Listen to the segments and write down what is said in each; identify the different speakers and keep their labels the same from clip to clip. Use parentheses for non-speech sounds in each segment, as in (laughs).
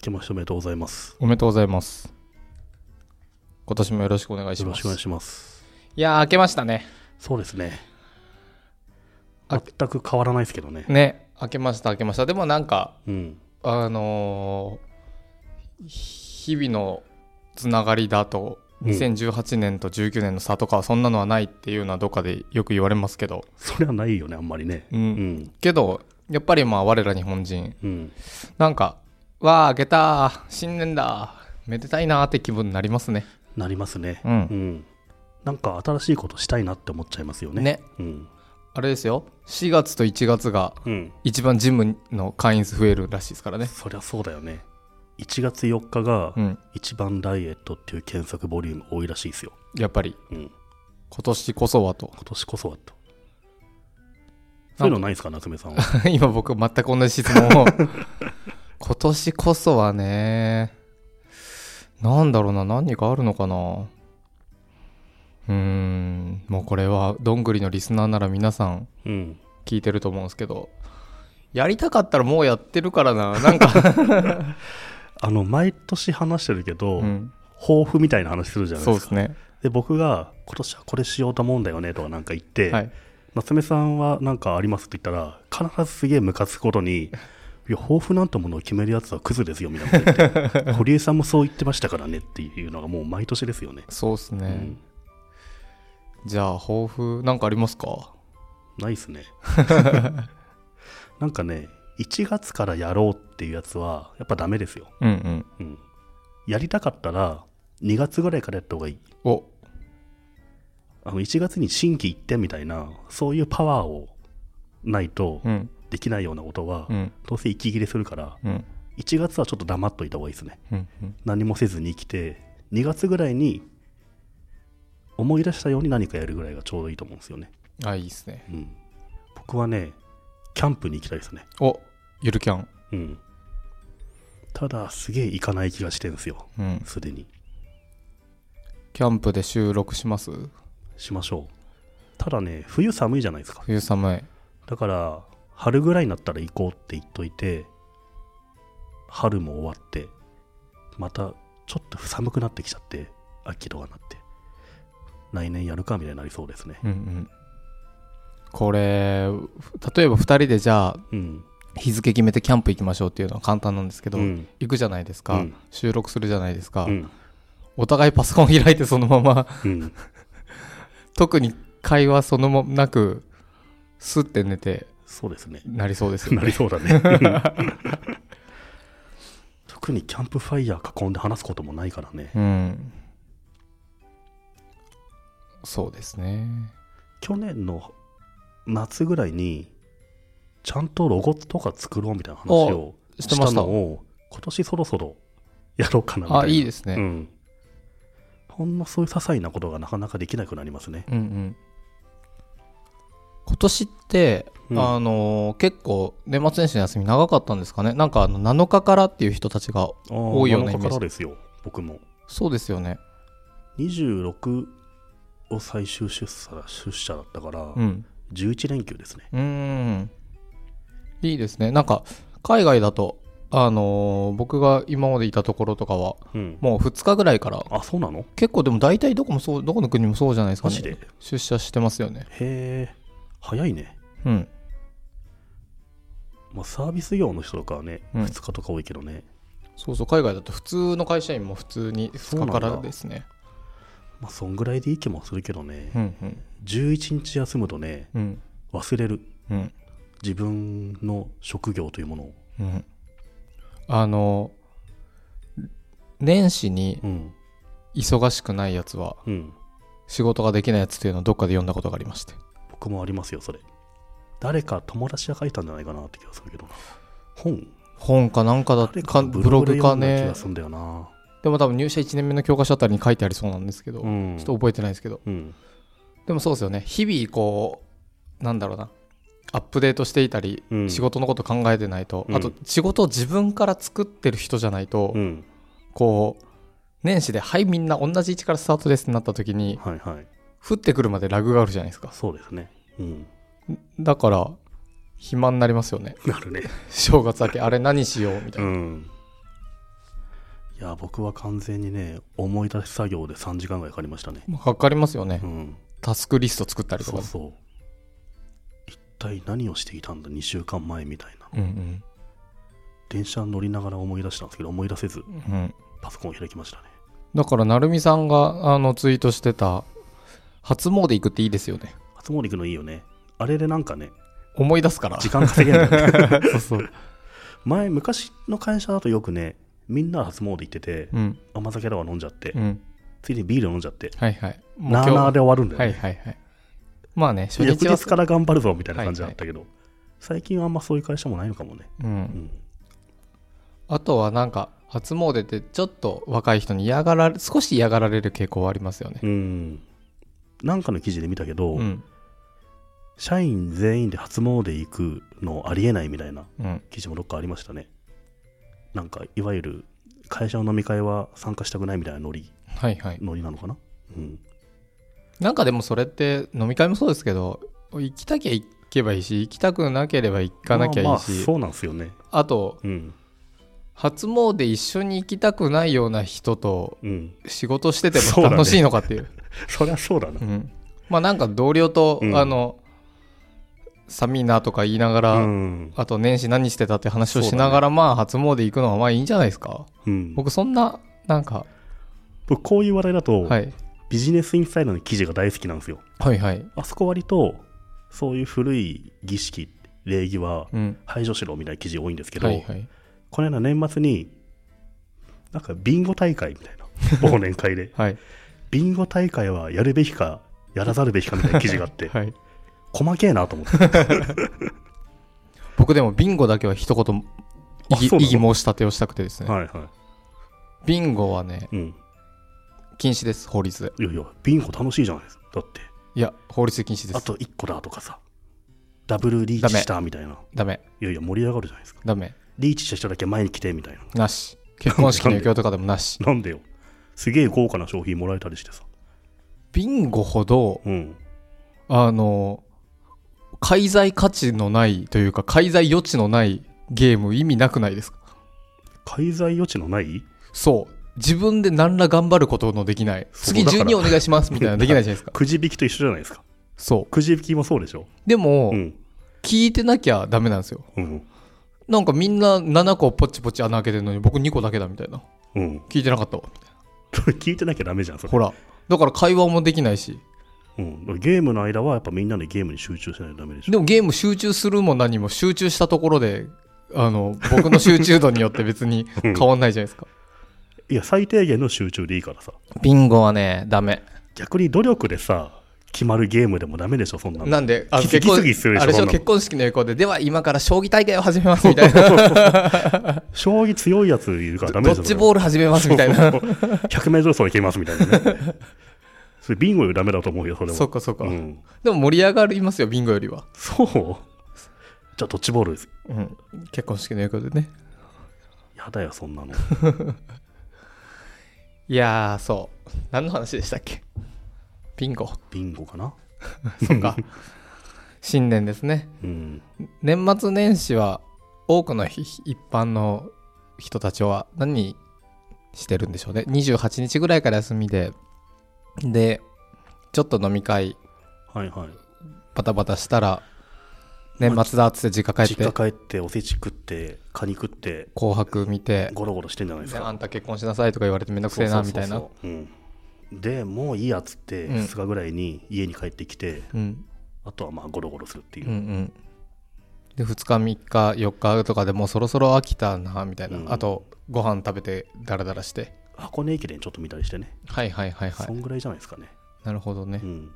Speaker 1: けましておめでとうございます。
Speaker 2: おめでとうございます。今年もよろしくお願いし
Speaker 1: よろ
Speaker 2: ま
Speaker 1: し
Speaker 2: す。
Speaker 1: くお願いします。
Speaker 2: いやー、明けましたね。
Speaker 1: そうですね。
Speaker 2: あ
Speaker 1: 全く変わらないですけどね。
Speaker 2: ね、明けました、明けました。でもなんか、
Speaker 1: うん。
Speaker 2: あのー日々のつながりだと、
Speaker 1: うん
Speaker 2: 2018年と19年の差とかはそんなのはないっていうのはどっかでよく言われますけど、
Speaker 1: それはないよね、あんまりね。
Speaker 2: う、
Speaker 1: うんん。
Speaker 2: けどやっぱりまあ我ら日本人
Speaker 1: うん。
Speaker 2: なんかわあ明けた新年だめでたいなーって気分になりますね
Speaker 1: なりますね。
Speaker 2: う
Speaker 1: うんん。なんか新しいことしたいなって思っちゃいますよ
Speaker 2: ね
Speaker 1: ね。。うん。
Speaker 2: あれですよ4月と1月が
Speaker 1: うん。
Speaker 2: 一番ジムの会員数増えるらしいですからね
Speaker 1: そりゃそうだよね。1月4日が
Speaker 2: うん
Speaker 1: 一番ダイエットっていう検索ボリューム多いらしいですよ。
Speaker 2: やっぱり
Speaker 1: うん。
Speaker 2: 今年こそはと (laughs)
Speaker 1: 今年こそはと。そういうのないですか、夏目さんは。
Speaker 2: (laughs) 今僕全く同じ質問を (laughs) 今年こそはねなんだろうな何かあるのかなうーんもうこれはどんぐりのリスナーなら皆さん
Speaker 1: うん。
Speaker 2: 聞いてると思うんですけどやりたかったらもうやってるからななんか、
Speaker 1: あの、毎年話してるけど、
Speaker 2: うん
Speaker 1: 抱負みたいな話するじゃない
Speaker 2: そう
Speaker 1: で
Speaker 2: です
Speaker 1: か。
Speaker 2: すね
Speaker 1: で僕が今年はこれしようと思うんだよねとかなんか言って、
Speaker 2: はい
Speaker 1: 夏目さんはなんかありますって言ったら必ずすげえムカつくことに「いや抱負なんてものを決めるやつはクズですよ」みたいなこと
Speaker 2: (laughs)
Speaker 1: 言って堀江さんもそう言ってましたからねっていうのがもう毎年ですよね、
Speaker 2: そうですね、
Speaker 1: うん
Speaker 2: じゃあ抱負なんかありますか
Speaker 1: ないっす
Speaker 2: (laughs)
Speaker 1: ねなんかね1月からやろうっていうやつはやっぱダメですよ、
Speaker 2: うんうん
Speaker 1: うん、やりたかったら2月ぐらいからやった方がいい
Speaker 2: お
Speaker 1: あの1月に新規一点みたいなそういうパワーをないと
Speaker 2: うん
Speaker 1: できないようなことは、
Speaker 2: うん
Speaker 1: どうせ息切れするから
Speaker 2: うん
Speaker 1: 1月はちょっと黙っといた方がいいですね
Speaker 2: うんうん
Speaker 1: 何もせずに生きて2月ぐらいに思い出したように何かやるぐらいがちょうどいいと思うんですよね、
Speaker 2: あいいですね
Speaker 1: うん、僕はねキャンプに行きたいですね
Speaker 2: おゆるキャン
Speaker 1: うんただすげえ行かない気がしてんですよ
Speaker 2: うん
Speaker 1: すでに
Speaker 2: キャンプで収録します
Speaker 1: しましょうただね冬寒いじゃないですか
Speaker 2: 冬寒い
Speaker 1: だから春ぐらいになったら行こうって言っといて春も終わってまたちょっと寒くなってきちゃって秋とかなって来年やるかみたいになりそうですね
Speaker 2: うんうんこれ例えば2人でじゃあ
Speaker 1: うん
Speaker 2: 日付決めてキャンプ行きましょうっていうのは簡単なんですけど、
Speaker 1: うん
Speaker 2: 行くじゃないですか、
Speaker 1: うん
Speaker 2: 収録するじゃないですか、
Speaker 1: うん
Speaker 2: お互いパソコン開いてそのまま
Speaker 1: うん
Speaker 2: 特に会話そのままなくスッて寝て
Speaker 1: そうですね
Speaker 2: なりそうですよ
Speaker 1: な
Speaker 2: ね
Speaker 1: りそうだね特にキャンプファイヤー囲んで話すこともないからね
Speaker 2: うんそうですね
Speaker 1: 去年の夏ぐらいにちゃんとロゴとか作ろうみたいな話を
Speaker 2: し
Speaker 1: して
Speaker 2: ま
Speaker 1: た
Speaker 2: した
Speaker 1: のを今年そろそろやろうかなみたいな
Speaker 2: あいいですね、う、
Speaker 1: うんん、ほんのそういう些細なことがなかなかできなくなりますね
Speaker 2: うん今年って、
Speaker 1: うん
Speaker 2: あのー結構年末年始の休み長かったんですかねなんかあの7日からっていう人たちが多いようなイメー
Speaker 1: 7
Speaker 2: ジ
Speaker 1: 日からですよ僕も
Speaker 2: そうですよね
Speaker 1: 26を最終出社出社だったから、
Speaker 2: うん
Speaker 1: 11連休ですね
Speaker 2: うーん。いいですね。なんか、海外だと、あのー僕が今までいたところとかは、
Speaker 1: うん
Speaker 2: もう2日ぐらいから、
Speaker 1: あそうなの
Speaker 2: 結構でも大体どこもそう、どこの国もそうじゃないですか
Speaker 1: マジで
Speaker 2: ね
Speaker 1: へ。
Speaker 2: 出社してますよね。
Speaker 1: え早いね、
Speaker 2: うん。
Speaker 1: まあ、サービス業の人とかはね、
Speaker 2: うん
Speaker 1: 2日とか多いけどね、
Speaker 2: そうそう、海外だと普通の会社員も普通に
Speaker 1: そうな
Speaker 2: 2
Speaker 1: ん
Speaker 2: 日
Speaker 1: だ
Speaker 2: からですね。
Speaker 1: まあ、そんぐらいでいい気もするけどね、
Speaker 2: うんうん
Speaker 1: 11日休むとね
Speaker 2: うん
Speaker 1: 忘れる
Speaker 2: うん
Speaker 1: 自分の職業というものを
Speaker 2: うん。あのー年始に
Speaker 1: うん
Speaker 2: 忙しくないやつは
Speaker 1: うん
Speaker 2: 仕事ができないやつっていうのをどっかで読んだことがありまして
Speaker 1: 僕もありますよそれ誰か友達が書いたんじゃないかなって気がするけどな本
Speaker 2: 本かなんかだ
Speaker 1: 誰
Speaker 2: か
Speaker 1: か
Speaker 2: ブログ
Speaker 1: で
Speaker 2: か
Speaker 1: 読んだ気
Speaker 2: ね
Speaker 1: がするんだよな
Speaker 2: でも多分入社1年目の教科書あたりに書いてありそうなんですけど、
Speaker 1: う
Speaker 2: ち
Speaker 1: ん
Speaker 2: ょっと覚えてないですけど
Speaker 1: うん
Speaker 2: でもそうですよね日々こうなんだろうなアップデートしていたり、
Speaker 1: うん
Speaker 2: 仕事のこと考えてないと、
Speaker 1: うん
Speaker 2: あと仕事を自分から作ってる人じゃないと、
Speaker 1: うん
Speaker 2: こう年始で「はいみんな同じ位置からスタートです」ってなった時に
Speaker 1: はいはい
Speaker 2: 降ってくるまでラグがあるじゃないですか
Speaker 1: そうですねうん
Speaker 2: だから暇になりますよね (laughs)
Speaker 1: なるね
Speaker 2: 正月明けあれ何しようみた
Speaker 1: う
Speaker 2: いな、
Speaker 1: んいや僕は完全にね思い出し作業で3時間ぐらいかかりましたね
Speaker 2: まあかかりますよね、
Speaker 1: うん
Speaker 2: タスクリスト作ったりと
Speaker 1: そ
Speaker 2: か
Speaker 1: うそう一体何をしていたんだ2週間前みたいな
Speaker 2: うん
Speaker 1: 電車乗りながら思い出したんですけど思い出せず
Speaker 2: うんうん
Speaker 1: パソコンを開きましたね
Speaker 2: だから成美さんがあのツイートしてた初詣行くっていいですよね
Speaker 1: 初詣行くのいいよねあれでなんかね
Speaker 2: 思い出すから
Speaker 1: 時間稼げんだ
Speaker 2: (laughs)
Speaker 1: よね
Speaker 2: そうそう
Speaker 1: 前昔の会社だとよくねみんな初詣行ってて
Speaker 2: うん
Speaker 1: 甘酒とか飲んじゃって、
Speaker 2: うん
Speaker 1: ついにビール飲んじゃって
Speaker 2: はいはいもう
Speaker 1: なあなあで終わるんだよね、
Speaker 2: はいはいはいまあね初
Speaker 1: 翌
Speaker 2: 日は
Speaker 1: 日から頑張るぞみたいな感じだったけど、最近はあんまそういう会社もないのかもね、
Speaker 2: う
Speaker 1: うんん、
Speaker 2: あとはなんか初詣ってちょっと若い人に嫌がられ少し嫌がられる傾向はありますよね
Speaker 1: うんなんかの記事で見たけど、
Speaker 2: うん
Speaker 1: 社員全員で初詣行くのありえないみたいな
Speaker 2: うん
Speaker 1: 記事もどっかありましたねなんかいわゆる会社の飲み会は参加したくないみたいなノリ
Speaker 2: はいはい
Speaker 1: ノリなのかなうん
Speaker 2: なんかでもそれって飲み会もそうですけど行きたきゃ行けばいいし行きたくなければ行かなきゃい
Speaker 1: まあま
Speaker 2: い
Speaker 1: あ
Speaker 2: し、
Speaker 1: そうなんですよね
Speaker 2: あと
Speaker 1: うん
Speaker 2: 初詣一緒に行きたくないような人と
Speaker 1: うん (laughs)
Speaker 2: 仕事してて
Speaker 1: そうだ
Speaker 2: も
Speaker 1: ね
Speaker 2: 楽しいのかって
Speaker 1: (laughs)
Speaker 2: いう
Speaker 1: そりゃそうだな
Speaker 2: うんまあなんか同僚と、
Speaker 1: うん
Speaker 2: あの寒いなとか言いながら、
Speaker 1: うん、
Speaker 2: あと年始何してたって話をしながら、まあ初詣行くのはまあいいんじゃないですか
Speaker 1: うん、僕
Speaker 2: 僕そんななんか、
Speaker 1: こういう話題だと、
Speaker 2: はい、
Speaker 1: ビジネスインサイドの記事が大好きなんですよ
Speaker 2: はいはい
Speaker 1: あそこ割とそういう古い儀式礼儀は
Speaker 2: うん
Speaker 1: 排除しろみたいな記事多いんですけど、
Speaker 2: はいはい
Speaker 1: この間年末になんかビンゴ大会みたい
Speaker 2: (laughs)
Speaker 1: な忘年会で
Speaker 2: はい
Speaker 1: ビンゴ大会はやるべきかやらざるべきかみたいな記事があって
Speaker 2: (laughs) はい
Speaker 1: 細けえなと思って
Speaker 2: 僕でもビンゴだけは一言
Speaker 1: あ
Speaker 2: 異議
Speaker 1: そうなの
Speaker 2: 異議申し立てをしたくてですね、
Speaker 1: はいは
Speaker 2: ビンゴはね
Speaker 1: いうん
Speaker 2: 禁止です法律で
Speaker 1: いやいやビンゴ楽しいじゃないですかだって
Speaker 2: いや法律で禁止で
Speaker 1: あ
Speaker 2: す
Speaker 1: と1個だとかさダブルリーチしたみたいな
Speaker 2: ダメ
Speaker 1: いやいや盛り上がるじゃないですか
Speaker 2: ダメ
Speaker 1: リーチした人だけ前に来てみたいな
Speaker 2: なし結婚式の余興とかでもなし
Speaker 1: なんでよすげえ豪華な商品もらえたりしてさ
Speaker 2: ビンゴほど
Speaker 1: うん
Speaker 2: あの介在価値のないというか介在余地のないゲーム意味なくないですか
Speaker 1: 介在余地のない
Speaker 2: そう自分で何ら頑張ることのできない
Speaker 1: そう
Speaker 2: 次
Speaker 1: だから
Speaker 2: 12お願いしますみたいなできないじ
Speaker 1: (laughs)
Speaker 2: ゃないですか
Speaker 1: くじ引きと一緒じゃないですか
Speaker 2: そう
Speaker 1: くじ引きもそうでしょ
Speaker 2: でも、
Speaker 1: うん
Speaker 2: 聞いてなきゃダメなんですよ
Speaker 1: うん
Speaker 2: なんかみんな7個ポチポチ穴開けてるのに僕2個だけだみたいな
Speaker 1: うん (laughs)
Speaker 2: 聞いてなかったわみたい
Speaker 1: 聞いてなきゃダメじゃんそ
Speaker 2: な
Speaker 1: れ、
Speaker 2: ほらだから会話もできないし
Speaker 1: うん、ゲームの間はやっぱみんなでゲームに集中しないとダメでしょ
Speaker 2: でもゲーム集中するも何も集中したところであの僕の集中度によって
Speaker 1: (laughs)
Speaker 2: 別に変わんないじゃないですか
Speaker 1: いや最低限の集中でいいからさ
Speaker 2: ビンゴはねダメ
Speaker 1: 逆に努力でさ決まるゲームでもダメでしょそんなの
Speaker 2: なんで、あ
Speaker 1: ギスギスギスするでしょ
Speaker 2: あれでし
Speaker 1: そ
Speaker 2: ょ
Speaker 1: んなの
Speaker 2: 結婚式の横で、では今から将棋大会を始めますみたいな、
Speaker 1: 将棋強いやついるからダメ
Speaker 2: ド
Speaker 1: でしょ
Speaker 2: ッジボール始めますみたい
Speaker 1: (laughs)
Speaker 2: な。
Speaker 1: 100メートル走で決めますみたいなね
Speaker 2: (laughs)
Speaker 1: それビンゴよりダメだと思うよそれは
Speaker 2: そっかそっか。
Speaker 1: うん、
Speaker 2: でも盛り上がりますよ、ビンゴよりは。
Speaker 1: そうじゃあドッジボールです
Speaker 2: うん、結婚式の横でね。
Speaker 1: やだよそんなの
Speaker 2: いやー、そう。何の話でしたっけビンゴ。
Speaker 1: ビンゴかな
Speaker 2: そっ (laughs) か。新年ですね。
Speaker 1: うん
Speaker 2: 年末年始は、多くのひ一般の人たちは何してるんでしょうね。28日ぐらいから休みで、で、ちょっと飲み会
Speaker 1: はいはい
Speaker 2: バタバタしたら年末だっつって実家帰っ
Speaker 1: 実
Speaker 2: て
Speaker 1: 家帰っておせち食ってカニ食って
Speaker 2: 紅白見て
Speaker 1: ゴロゴロしてんじゃないです
Speaker 2: で
Speaker 1: か
Speaker 2: あんた結婚しなさいとか言われてめんどくせえなみたい
Speaker 1: そ
Speaker 2: な
Speaker 1: うそうそううん、でもういいやっつって
Speaker 2: うん
Speaker 1: 2日ぐらいに家に帰ってきて、
Speaker 2: うん
Speaker 1: あとはまあゴロゴロするってい
Speaker 2: うん
Speaker 1: う、
Speaker 2: うんで2日3日4日とかでもうそろそろ飽きたなみたいな、
Speaker 1: うん
Speaker 2: あとご飯食べてダラダラして
Speaker 1: 箱根駅伝ちょっと見たりしてね、
Speaker 2: はいはいはいは
Speaker 1: そ
Speaker 2: い
Speaker 1: んぐらいじゃないですかね、
Speaker 2: なるほどね、
Speaker 1: うん、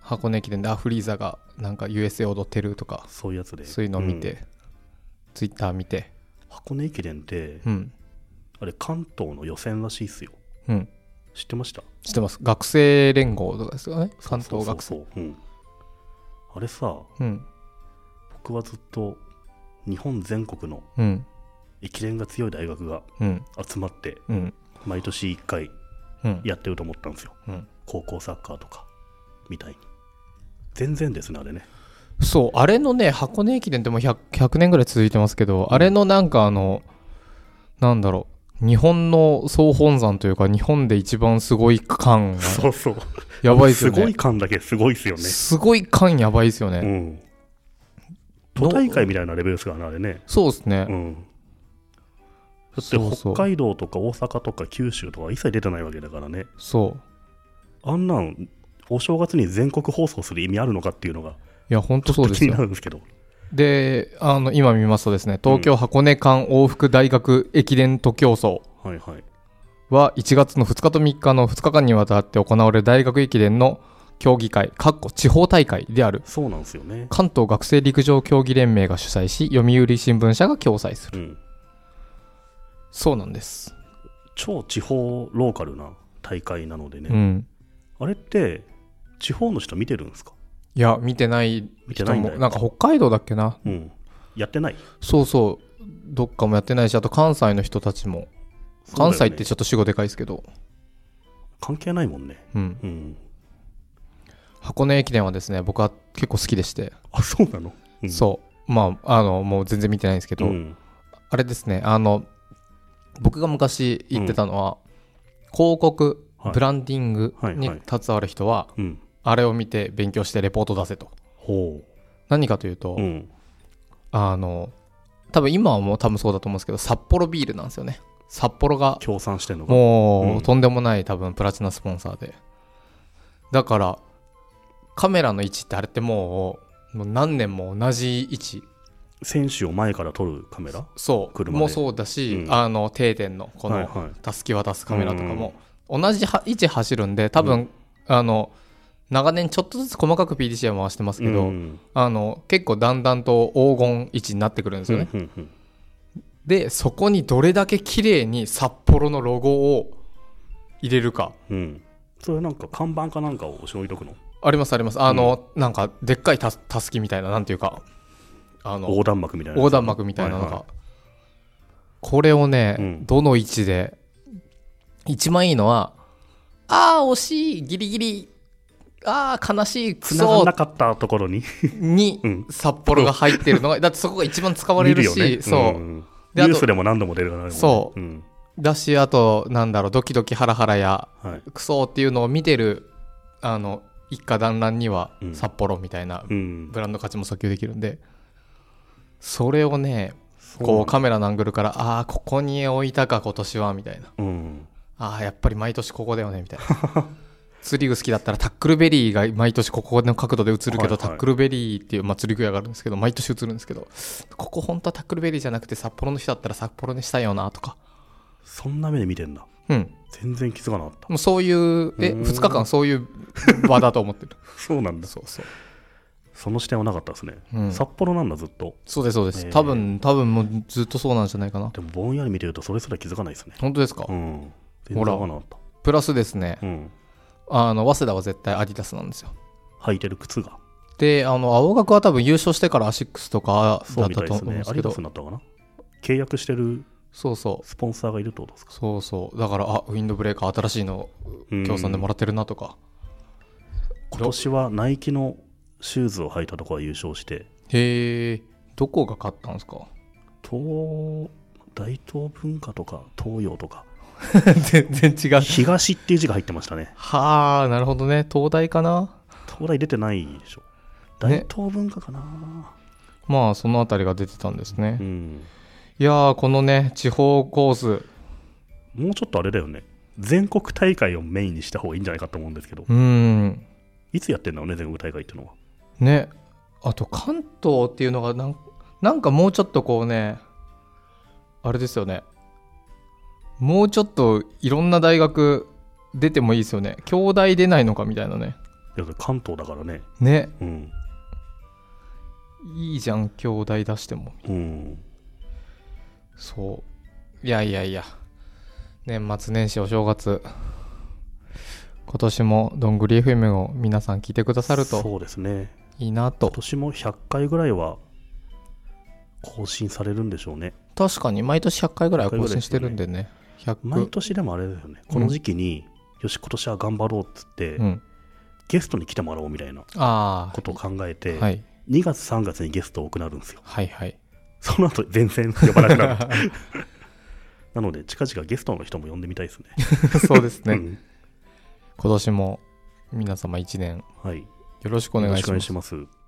Speaker 2: 箱根駅伝でアフリーザがなんか USA 踊ってるとか
Speaker 1: そういうやつで
Speaker 2: そういうのを見て、
Speaker 1: うん
Speaker 2: ツイッター見て
Speaker 1: 箱根駅伝って
Speaker 2: うん
Speaker 1: あれ関東の予選らしいっすよ
Speaker 2: うん
Speaker 1: 知ってました
Speaker 2: 知ってます学生連合とかですよね関東学生
Speaker 1: そうそうそううんあれさ
Speaker 2: うん
Speaker 1: 僕はずっと日本全国の
Speaker 2: うん
Speaker 1: 駅伝が強い大学が
Speaker 2: うん
Speaker 1: 集まって
Speaker 2: うん
Speaker 1: 毎年1回
Speaker 2: うん
Speaker 1: やってると思ったんですよ
Speaker 2: うん
Speaker 1: 高校サッカーとかみたいに全然ですねあれね
Speaker 2: そう、あれのね、箱根駅伝ってもう 100, 100年ぐらい続いてますけど、あれのなんかあの、なんだろう、日本の総本山というか日本で一番すごい感
Speaker 1: (laughs)
Speaker 2: が
Speaker 1: そうそう。
Speaker 2: やばいですよね
Speaker 1: すごい感だけすごいですよね。
Speaker 2: すごい感やばいですよね、
Speaker 1: うん。都大会みたいなレベルですからね、あれね。
Speaker 2: そうですね、
Speaker 1: うん。だって
Speaker 2: そうそ
Speaker 1: 北
Speaker 2: う
Speaker 1: 海道とか大阪とか九州とか一切出てないわけだからね。
Speaker 2: そう
Speaker 1: あんなん、お正月に全国放送する意味あるのかっていうのが、
Speaker 2: いや本当そうで
Speaker 1: 気
Speaker 2: す
Speaker 1: にな
Speaker 2: よ
Speaker 1: るんですけど。
Speaker 2: であの今見ますとですね東京箱根間往復大学駅伝徒競走
Speaker 1: はいはい。
Speaker 2: は1月の2日と3日の2日間にわたって行われる大学駅伝の競技会かっこ地方大会である
Speaker 1: そうなんですよね。
Speaker 2: 関東学生陸上競技連盟が主催し読売新聞社が共催する
Speaker 1: うん。
Speaker 2: そうなんです
Speaker 1: 超地方ローカルな大会なのでね。
Speaker 2: うん
Speaker 1: あれって、地方の人見てるんですか
Speaker 2: いや見てない
Speaker 1: 見てな
Speaker 2: 人
Speaker 1: いんだ
Speaker 2: も
Speaker 1: よ
Speaker 2: なんか北海道だっけな
Speaker 1: うん。やってない。
Speaker 2: そうそうどっかもやってないしあと関西の人たちも
Speaker 1: そ
Speaker 2: 関
Speaker 1: うだ
Speaker 2: 西っ
Speaker 1: よね
Speaker 2: てちょっと主語でかいですけど
Speaker 1: 関係ないもんね。
Speaker 2: うん
Speaker 1: うん。
Speaker 2: 箱根駅伝はですね僕は結構好きでして
Speaker 1: あ、そうなの、うん
Speaker 2: そう。まあ、あの、もう全然見てないんですけど、
Speaker 1: うん。
Speaker 2: あれですね、あの、僕が昔言ってたのは、広告、
Speaker 1: はい
Speaker 2: ブランディング
Speaker 1: はい
Speaker 2: に
Speaker 1: はい
Speaker 2: 携わる人は、
Speaker 1: うん。
Speaker 2: あれを見て勉強してレポート出せと。
Speaker 1: ほ
Speaker 2: 何かというと、
Speaker 1: う。うん。
Speaker 2: あの、多分今はもう多分そうだと思うんですけど、札幌ビールなんですよね。札幌が、
Speaker 1: 協賛してんのか。
Speaker 2: も
Speaker 1: う
Speaker 2: うんとんでもない多分プラチナスポンサーで。だから、カメラの位置ってあれってもう、もう何年も同じ位置
Speaker 1: 選手を前から撮るカメラ
Speaker 2: そう
Speaker 1: 車で
Speaker 2: もうそうだし、
Speaker 1: うん
Speaker 2: あの定点のこ
Speaker 1: はい
Speaker 2: の
Speaker 1: はい
Speaker 2: たすき渡すカメラとかも、同じは位置走るんで多分、あの長年ちょっとずつ細かく PDCA 回してますけど、
Speaker 1: うん
Speaker 2: あの結構だんだんと黄金位置になってくるんですよね、
Speaker 1: うんうん
Speaker 2: でそこにどれだけ綺麗に札幌のロゴを入れるか
Speaker 1: うんうんそれなんか看板かなんかを後ろに置いとくの
Speaker 2: ありますありますあの、なんかでっかいたすたすきみたいななんていうかあの
Speaker 1: 横断幕みたいな
Speaker 2: 横断幕みたいなのが、
Speaker 1: はいは
Speaker 2: これをね、
Speaker 1: うん
Speaker 2: どの位置で一番いいのはああ惜しいギリギリああ悲しいク
Speaker 1: 繋がん
Speaker 2: ソ
Speaker 1: なかったところに
Speaker 2: に
Speaker 1: うん
Speaker 2: 札幌が入ってる
Speaker 1: (laughs)
Speaker 2: のがだってそこが一番使われるし、
Speaker 1: 見よね
Speaker 2: そう、
Speaker 1: んんニ
Speaker 2: であ
Speaker 1: ュ
Speaker 2: と
Speaker 1: ースでも何度も出るからね
Speaker 2: そうんだしあとなんだろうドキドキハラハラや
Speaker 1: はい
Speaker 2: クソっていうのを見てるあの一家団らんには
Speaker 1: うん
Speaker 2: 札幌みたいな
Speaker 1: うん
Speaker 2: ブランド価値も訴求できるんでそれをね
Speaker 1: そう
Speaker 2: こうカメラのアングルからああここに置いたか今年はみたいな
Speaker 1: うん
Speaker 2: ああやっぱり毎年ここだよねみたいな
Speaker 1: (laughs)
Speaker 2: 釣り具好きだったらタックルベリーが毎年ここの角度で映るけど、
Speaker 1: はいはい
Speaker 2: タックルベリーっていう、まあ、釣り具屋があるんですけど毎年映るんですけどここ本当はタックルベリーじゃなくて札幌の人だったら札幌にしたいよなとか
Speaker 1: そんな目で見てんだ
Speaker 2: うん
Speaker 1: 全然気づかなかった
Speaker 2: もうそういうえ
Speaker 1: うん
Speaker 2: 2日間そういう場だと思ってる
Speaker 1: (laughs) そうなんだ
Speaker 2: そうそう
Speaker 1: その視点はなかったですね
Speaker 2: うん
Speaker 1: 札幌なんだずっと
Speaker 2: そうですそうです、
Speaker 1: えー
Speaker 2: 多分多分もうずっとそうなんじゃないかな
Speaker 1: でもぼんやり見てるとそれすら気づかないですね
Speaker 2: 本当ですか、
Speaker 1: うん全然わかんなかっ
Speaker 2: プラスですね
Speaker 1: たうん
Speaker 2: あの早稲田は絶対アディダスなんですよ
Speaker 1: 履いてる靴が
Speaker 2: であの青学は多分優勝してからアシックスとか
Speaker 1: そ
Speaker 2: だ
Speaker 1: う
Speaker 2: っ
Speaker 1: み
Speaker 2: た
Speaker 1: たいです
Speaker 2: と思うんで
Speaker 1: ね
Speaker 2: す
Speaker 1: ア
Speaker 2: け
Speaker 1: リダ
Speaker 2: ど
Speaker 1: スになったかな契約してる
Speaker 2: そうそう
Speaker 1: スポンサーがいるってことですか
Speaker 2: そうそうだからあウィンドブレーカー新しいの協賛でもらってるなとか、
Speaker 1: 今年はナイキのシューズを履いたとこが優勝して
Speaker 2: へえどこが勝ったんですか (laughs)
Speaker 1: 東大東文化とか東洋とか
Speaker 2: 全然違う
Speaker 1: 東っていう字が入ってましたね
Speaker 2: はあなるほどね東大かな
Speaker 1: 東大出てないでしょ大
Speaker 2: ね
Speaker 1: 東文化かな、
Speaker 2: まあそのあたりが出てたんですね、
Speaker 1: うん
Speaker 2: いやーこのね地方コース
Speaker 1: もうちょっとあれだよね全国大会をメインにした方がいいんじゃないかと思うんですけど、
Speaker 2: うん
Speaker 1: いつやってんだろうね全国大会っていうのは
Speaker 2: ねあと関東っていうのがなんなんかもうちょっとこうねあれですよねもうちょっといろんな大学出てもいいですよね京大出ないのかみたいなね
Speaker 1: いや関東だからね
Speaker 2: ね
Speaker 1: うん
Speaker 2: いいじゃん京大出しても
Speaker 1: うん
Speaker 2: そういやいやいや年末年始お正月今年もどんぐり FM を皆さん聞いてくださると
Speaker 1: そうですね
Speaker 2: いいなと
Speaker 1: 今年も100回ぐらいは更新されるんでしょうね
Speaker 2: 確かに毎年100回ぐらいは更新してるんでね
Speaker 1: 毎
Speaker 2: 100
Speaker 1: 年でもあれだよね、この時期に、よし、今年は頑張ろうっつって、
Speaker 2: うん
Speaker 1: ゲストに来てもらおうみたいな
Speaker 2: あ
Speaker 1: ことを考え
Speaker 2: あ
Speaker 1: て、
Speaker 2: はい
Speaker 1: 2月、3月 (laughs) にゲスト多くなるんですよ。
Speaker 2: はいはい
Speaker 1: その後、全然呼ばなくなる。 (laughs) なので近々ゲストの人も呼んでみたいですね。
Speaker 2: そうです
Speaker 1: う
Speaker 2: ね。
Speaker 1: ん
Speaker 2: 今年も皆様一年
Speaker 1: はい。
Speaker 2: よろしくお
Speaker 1: お
Speaker 2: 願
Speaker 1: 願
Speaker 2: い
Speaker 1: い
Speaker 2: し
Speaker 1: し
Speaker 2: ま。
Speaker 1: ますす。